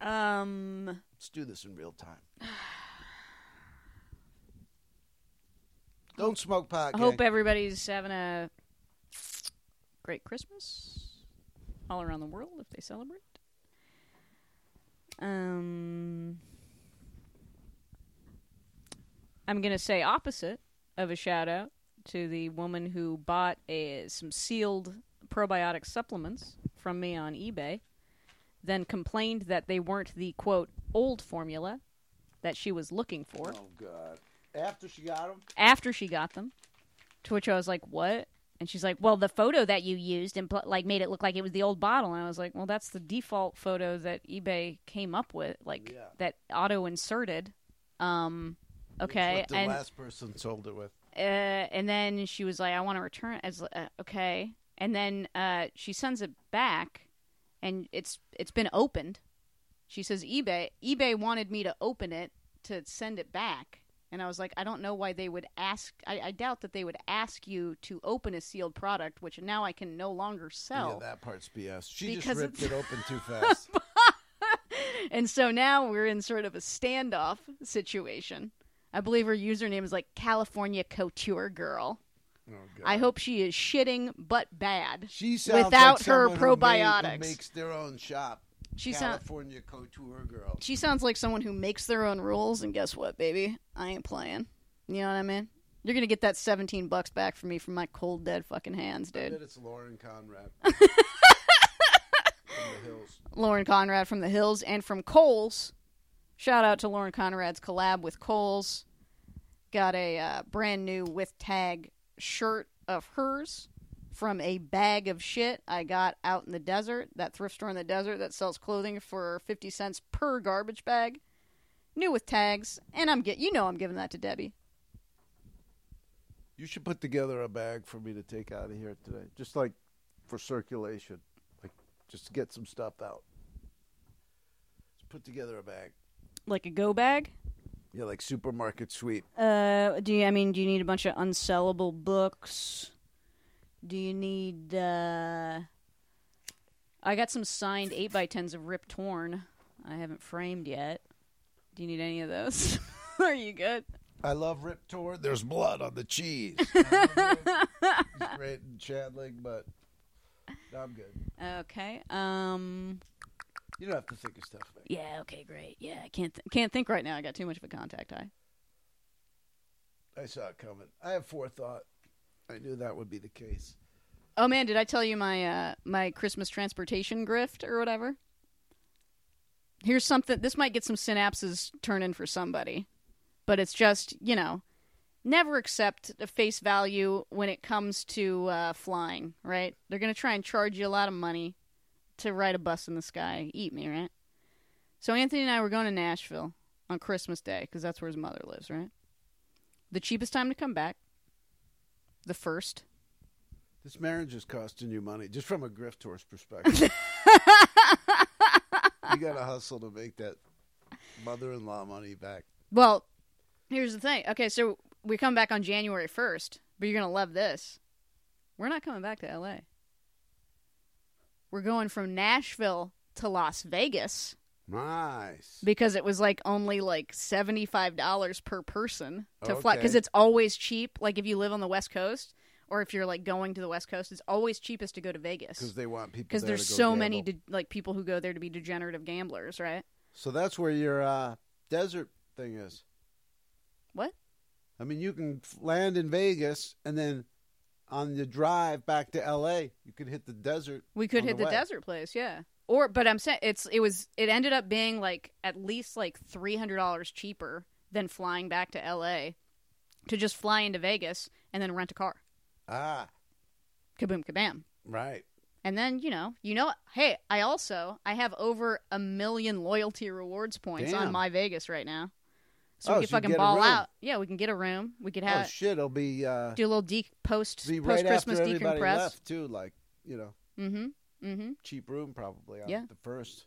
Um. Let's do this in real time. Don't smoke pot. I Gang. hope everybody's having a great Christmas all around the world if they celebrate. Um, I'm going to say opposite of a shout out to the woman who bought a, some sealed probiotic supplements from me on eBay, then complained that they weren't the quote old formula that she was looking for Oh God! After she got him, after she got them. To which I was like, "What?" And she's like, "Well, the photo that you used and pl- like made it look like it was the old bottle." And I was like, "Well, that's the default photo that eBay came up with, like Yeah. that auto inserted." Um, okay, That's what the and last person sold it with. uh, and then she was like, "I want to return." it." I was like, uh, "Okay," and then uh, she sends it back, and it's it's been opened. She says eBay eBay wanted me to open it to send it back, and I was like, "I don't know why they would ask. I, I doubt that they would ask you to open a sealed product, which now I can no longer Yeah, sell." that part's BS. She just Because ripped it's- it open too fast. and so now we're in sort of a standoff situation. I believe her username is like California Couture Girl. Oh, I God. hope she is shitting but bad. she sounds without like her someone who made- who probiotics. makes their own shop. She sounds California couture girl. she sounds like someone who makes their own rules and guess what, baby? I ain't playing. You know what I mean? You're going to get that 17 bucks back from me from my cold dead fucking hands, I dude. bet it's Lauren Conrad. From the hills. Lauren Conrad from the Hills and from Coles. Shout out to Lauren Conrad's collab with Coles. Got a uh, brand new with tag shirt of hers from a bag of shit I got out in the desert, that thrift store in the desert that sells clothing for 50 cents per garbage bag. New with tags, and I'm get you know I'm giving that to Debbie. You should put together a bag for me to take out of here today, just like for circulation, like just get some stuff out. Just put together a bag, Like a go bag? yeah, like supermarket sweep. Uh, do you? I mean, do you need a bunch of unsellable books? Do you need? uh I got some signed eight by tens of Rip Torn. I haven't framed yet. Do you need any of those? Are you good? I love Rip Torn. There's blood on the cheese. I love it. He's great in Chadling, but I'm good. Okay. Um. You don't have to think of stuff. Man. Yeah. Okay. Great. Yeah. I can't. Th- can't think right now. I got too much of a contact high. I saw it coming. I have forethought. I knew that would be the case. Oh man, did I tell you my uh, my Christmas transportation grift or whatever? Here's something. This might get some synapses turning for somebody, but it's just you know, never accept a face value when it comes to uh, flying, right? They're going to try and charge you a lot of money to ride a bus in the sky. Eat me, right? So Anthony and I were going to Nashville on Christmas Day because that's where his mother lives, right? The cheapest time to come back, the first. This marriage is costing you money, just from a grift horse perspective. you got to hustle to make that mother-in-law money back. Well, here's the thing. Okay, so we come back on January 1st, but you're going to love this. We're not coming back to LA. We're going from Nashville to Las Vegas Nice. because it was like only like $75 per person to fly Okay. because it's always cheap. Like if you live on the West Coast or if you're like going to the West Coast, it's always cheapest to go to Because Vegas they want people. because there there's to go so many gamble. de- like people who go there to be degenerative gamblers, right? so that's where your uh, desert thing is. What? I mean, you can f- land in Vegas and then on the drive back to L.A., you could hit the desert. We could on hit the the, way. desert place, yeah. Or but I'm saying it's it was it ended up being like at least like three hundred dollars cheaper than flying back to LA to just fly into Vegas and then rent a car. Ah, Kaboom kabam. right. And then, you know, you know hey, I also I have over a million loyalty rewards points on Damn. my Vegas right now. So Oh, we can so you fucking get a ball room. out. Yeah, we can get a room. We could oh have shit! It'll be uh, do a little de- post be post right Christmas after everybody decompress. left too. Like you know, Mm-hmm. Mm-hmm. cheap room probably on Yeah. the first.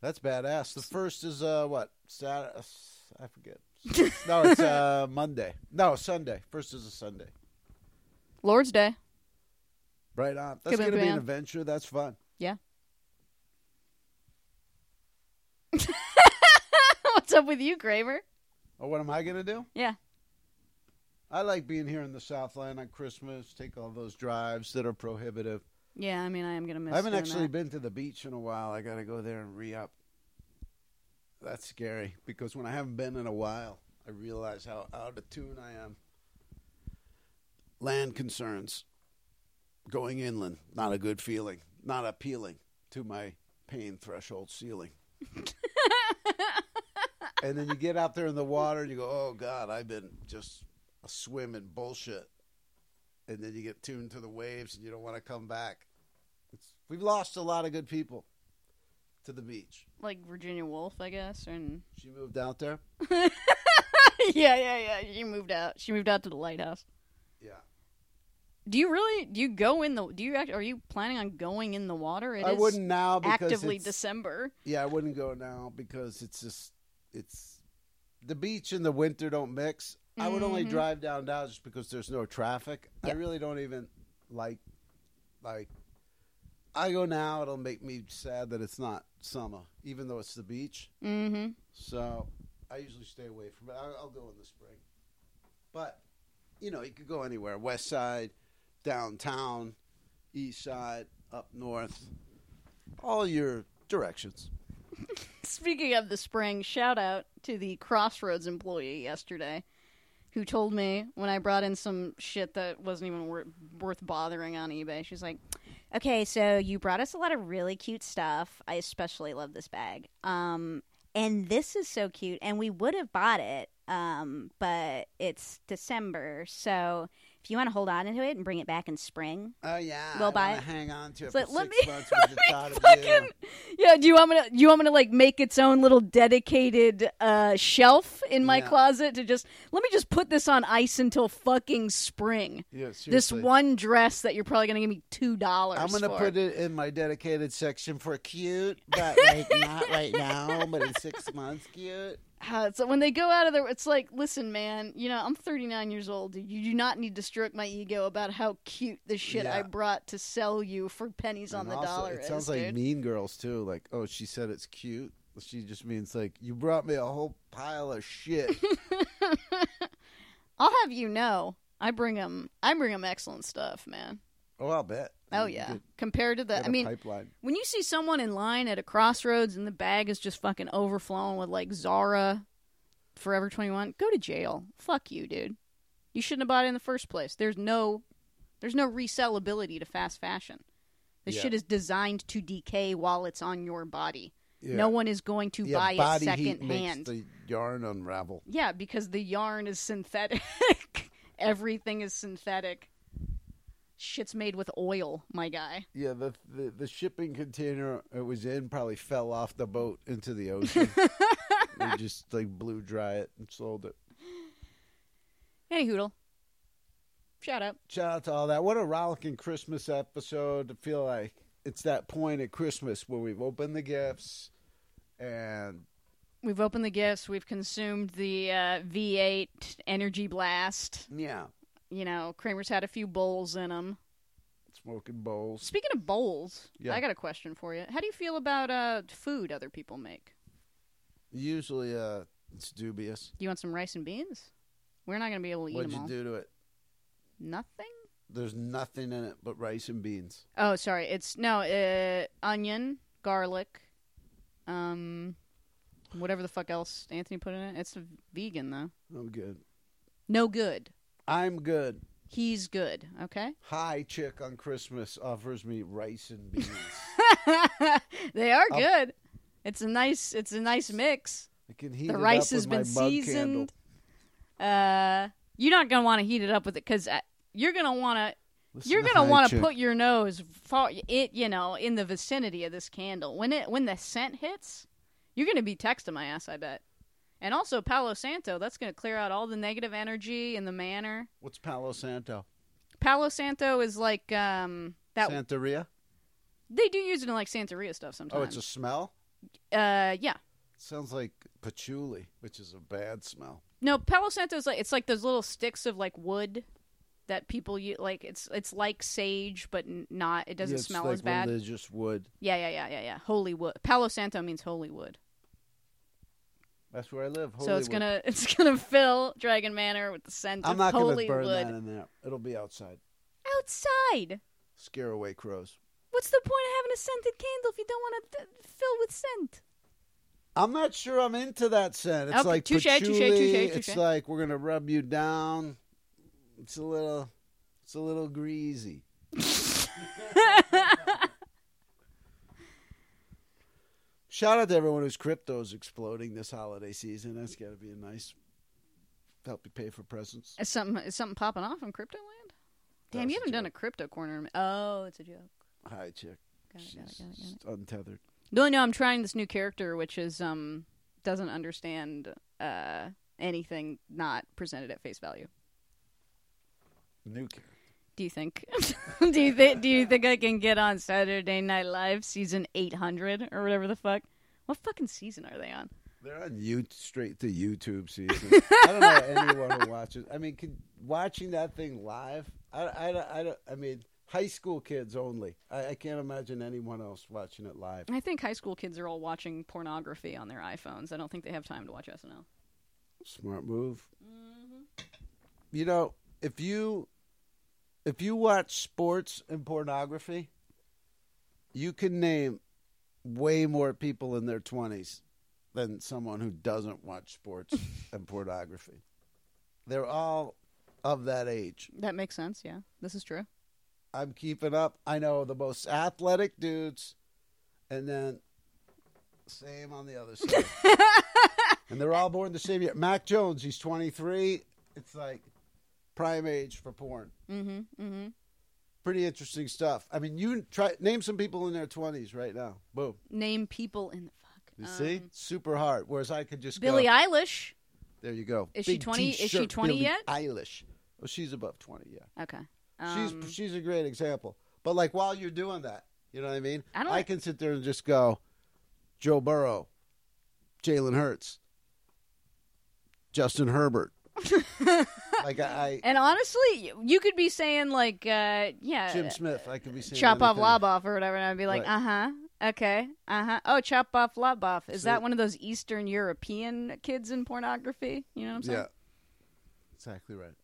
That's badass. The first is uh what? Saturday? I forget. no, it's uh Monday. No, Sunday. First is a Sunday. Lord's Day. Right on. That's Kaboom, gonna be an kaboom. adventure. That's fun. What's up with you, Kramer? Oh, what am I gonna do? Yeah. I like being here in the Southland on Christmas. Take all those drives that are prohibitive. Yeah, I mean, I am gonna miss. I haven't doing actually that. been to the beach in a while. I gotta go there and re up. That's scary because when I haven't been in a while, I realize how out of tune I am. Land concerns. Going inland, not a good feeling, not appealing to my pain threshold ceiling. and then you get out there in the water and you go, oh God, I've been just a swim in bullshit. And then you get tuned to the waves and you don't want to come back. It's, we've lost a lot of good people to the beach. like Virginia Woolf, I guess, and She moved out there. yeah, yeah, yeah. She moved out. She moved out to the lighthouse. Yeah, Do you really? Do you go in the? Do you act? Are you planning on going in the water? It I is wouldn't now because actively it's- December. yeah, I wouldn't go now because it's just it's the beach and the winter don't mix. I would only Mhm. drive down now just because there's no traffic. I Yeah. really don't even like like I go now. It'll make me sad that it's not summer, even though it's the beach. Mm-hmm. So I usually stay away from it. I'll, I'll go in the spring. But, you know, you could go anywhere west side, downtown, east side, up north, all your directions. Speaking of the spring, shout out to the Crossroads employee yesterday, who told me when I brought in some shit that wasn't even wor- worth bothering on eBay. She's like, "Okay, so you brought us a lot of really cute stuff. I especially love this bag. Um, and this is so cute, and we would have bought it, um, but it's December, so." If you want to hold on to it and bring it back in spring, Oh, yeah. Well, I bye. wanna Hang on to it. So for let six me- months with the thought of you. fucking yeah. Do you want me to? You want me to like make its own little dedicated uh, shelf in my Yeah. closet to just let me just put this on ice until fucking spring. Yeah, This seriously. one dress that you're probably gonna give me two dollars. I'm gonna put it in my dedicated section for cute, but like not right now, but in six months, cute. Uh, so when they go out of there, it's like, listen, man. You know, I'm 39 years old. dude. You do not need to stroke my ego about how cute the shit Yeah. I brought to sell you for pennies on And the also, dollar. It is, sounds dude. like Mean Girls too. Like, oh, she said it's cute. She just means like you brought me a whole pile of shit. I'll have you know, I bring them. I bring them excellent stuff, man. oh, I'll bet. Oh You yeah, get- compared to the, get I a mean, pipeline. when you see someone in line at a crossroads and the bag is just fucking overflowing with like Zara, Forever 21, go to jail. Fuck you, dude. You shouldn't have bought it in the first place. There's no there's no resellability to fast fashion. This Yeah. shit is designed to decay while it's on your body. Yeah. No one is going to Yeah, buy it body heat secondhand. makes the yarn unravel. Yeah, because the yarn is synthetic. Everything is synthetic. Shit's made with oil, my guy. Yeah, the, the the shipping container it was in probably fell off the boat into the ocean. they just like blew dry it and sold it. Hey, Hoodle. Shout out. Shout out to all that. What a rollicking Christmas episode to feel like it's that point at Christmas where we've opened the gifts and We've opened the gifts. We've consumed the uh, V8 energy blast. yeah, You know, Kramer's had a few bowls in him. smoking bowls. Speaking of bowls, Yeah. I got a question for you. How do you feel about uh, food other people make? Usually uh it's dubious. You want some rice and beans? We're not going to be able to eat What'd them you all. do to it? Nothing? There's nothing in it but rice and beans. Oh, sorry. It's no uh, onion, garlic, um, whatever the fuck else Anthony put in it. It's vegan though. I'm good. No good. I'm good. He's good. Okay. Hi chick on Christmas offers me rice and beans. they are I'll- good. It's a nice. It's a nice mix. I can heat The it rice up has with my been mug candle. seasoned. Uh, you're not gonna want to heat it up with it because you're gonna want to Listen You're to gonna Hi want to Chick. put your nose far, it you know in the vicinity of this candle when it when the scent hits. You're gonna be texting my ass, I bet. And also Palo Santo, that's gonna clear out all the negative energy in the manor. What's Palo Santo? Palo Santo is like um that Santeria? they do use it in like Santeria stuff sometimes. Oh, it's a smell? uh yeah. Sounds like patchouli, which is a bad smell. No, Palo Santo is like it's like those little sticks of like wood that people use. Like it's it's like sage, but n- not. It doesn't Yeah, it's smell like as bad. Religious wood. Yeah, yeah, yeah, yeah, yeah. Holy wood. Palo Santo means holy wood. That's where I live. Holy so it's wood. gonna it's gonna fill Dragon Manor with the scent I'm of not holy gonna burn wood that in there. It'll be outside. outside. Scare away crows. What's the point of having a scented candle if you don't want to fill with scent? I'm not sure I'm into that scent. It's Okay, like touche, touche, patchouli. touche, touche. It's like we're gonna rub you down. It's a little, it's a little greasy. Shout out to everyone whose crypto's exploding this holiday season. That's got to be a nice help you pay for presents. Is something is something popping off in Cryptoland? That Damn, was you a haven't done a crypto corner. in a- Oh, it's a joke. Hi, chick. Got it, She's got it, got it, got it. untethered. No, no, I'm trying this new character, which is um doesn't understand uh anything not presented at face value. New character. Do you think? do you think? Do you think I can get on Saturday Night Live season eight hundred or whatever the fuck? What fucking season are they on? They're on you straight to YouTube season. I don't know anyone who watches. I mean, could, watching that thing live. I, I, I, I, I mean, high school kids only. I, I can't imagine anyone else watching it live. I think high school kids are all watching pornography on their iPhones. I don't think they have time to watch SNL. Smart move. Mm-hmm. You know, if you if you watch sports and pornography, you can name way more people in their twenties than someone who doesn't watch sports and pornography. They're all of that age. That makes sense. Yeah, this is true. I'm keeping up. I know the most athletic dudes, and then same on the other side. and they're all born the same year. Mac Jones, he's 23. It's like prime age for porn. Mm-hmm. Mm-hmm. Pretty interesting stuff. I mean, you try name some people in their 20s right now. Boom. Name people in the fuck. You Um, see, super hard. Whereas I could just Billie go. Eilish. There you go. Is she 20? Is she 20 Billie yet? Eilish. Oh, she's above 20. Yeah. Okay. Um, she's she's a great example. But like while you're doing that, you know what I mean? I don't- can sit there and just go, Joe Burrow, Jalen Hurts, Justin Herbert. like I, and honestly, you could be saying like, uh, I yeah, Jim Smith, I could be saying chop off anything. lob off or whatever, and I'd be like, Right. uh huh, okay, uh huh. Oh, chop off lob off. Is See? that one of those Eastern European kids in pornography? You know what I'm saying? Yeah, exactly right.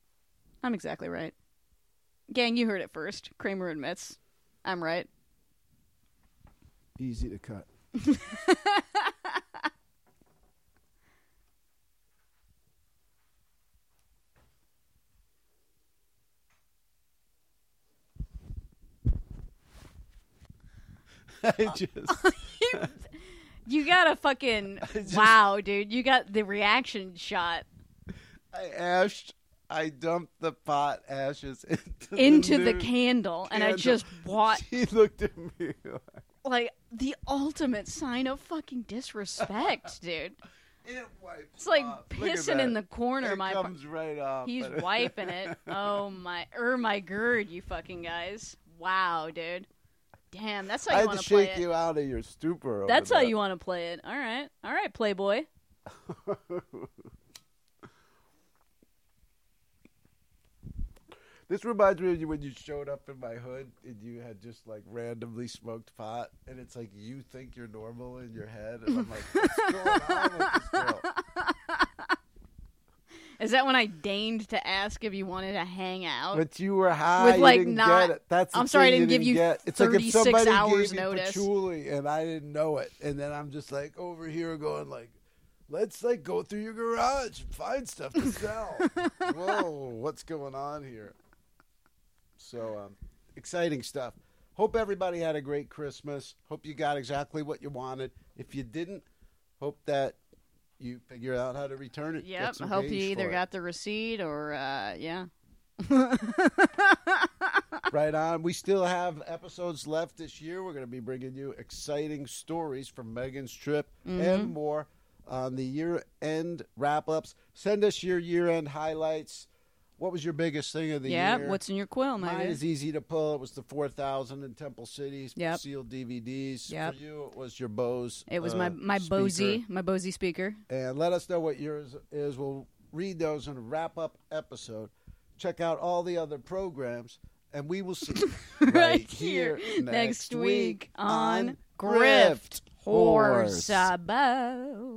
I'm exactly right. Gang, you heard it first. Kramer admits, I'm right. Easy to cut. I just You got a fucking just- wow, dude. You got the reaction shot I ashed. I dumped the pot ashes into, into the, new candle, and I candle. just watched She looked at me. like- like the ultimate sign of fucking disrespect, dude. It wipes. It's like off. Uh, Look at pissing in the that. corner, It my par- comes right off. He's but- wiping it. Oh my, er my gird, you fucking guys. Wow, dude. Damn, that's how you I had want to to play shake it. you out of your stupor. over That's how that. you want to play it. All right, all right, Playboy. This reminds me of you when you showed up in my hood and you had just like randomly smoked pot, and it's like you think you're normal in your head, and I'm like, what's going on with this girl? Is that when I deigned to ask if you wanted to hang out? But you were high. like, you didn't not- get it. That's the I'm sorry I thing didn't give you get. It's like if 36 somebody hours gave notice. You patchouli and I didn't know it, and then I'm just like over here going like, let's like go through your garage and find stuff to sell. Whoa, what's going on here? So um, exciting stuff. Hope everybody had a great Christmas. Hope you got exactly what you wanted. If you didn't, hope that you figure out how to return it. yep. Get I some hope you gauge either for it. got the receipt or uh, yeah. Right on. We still have episodes left this year. We're going to be bringing you exciting stories from Megan's trip and Mm-hmm. more on the year end wrap ups. Send us your year end highlights. What was your biggest thing of the yeah. year? What's in your quill, my Mine dude? is easy to pull. It was the 4,000 in Temple Cities Yep. sealed DVDs. Yep. For you, it was your Bose. It was uh, my my speaker. Bosey, my Bosey speaker. And let us know what yours is. We'll read those in a wrap up episode. Check out all the other programs, and we will see you Right here next week on Grift Horse Above.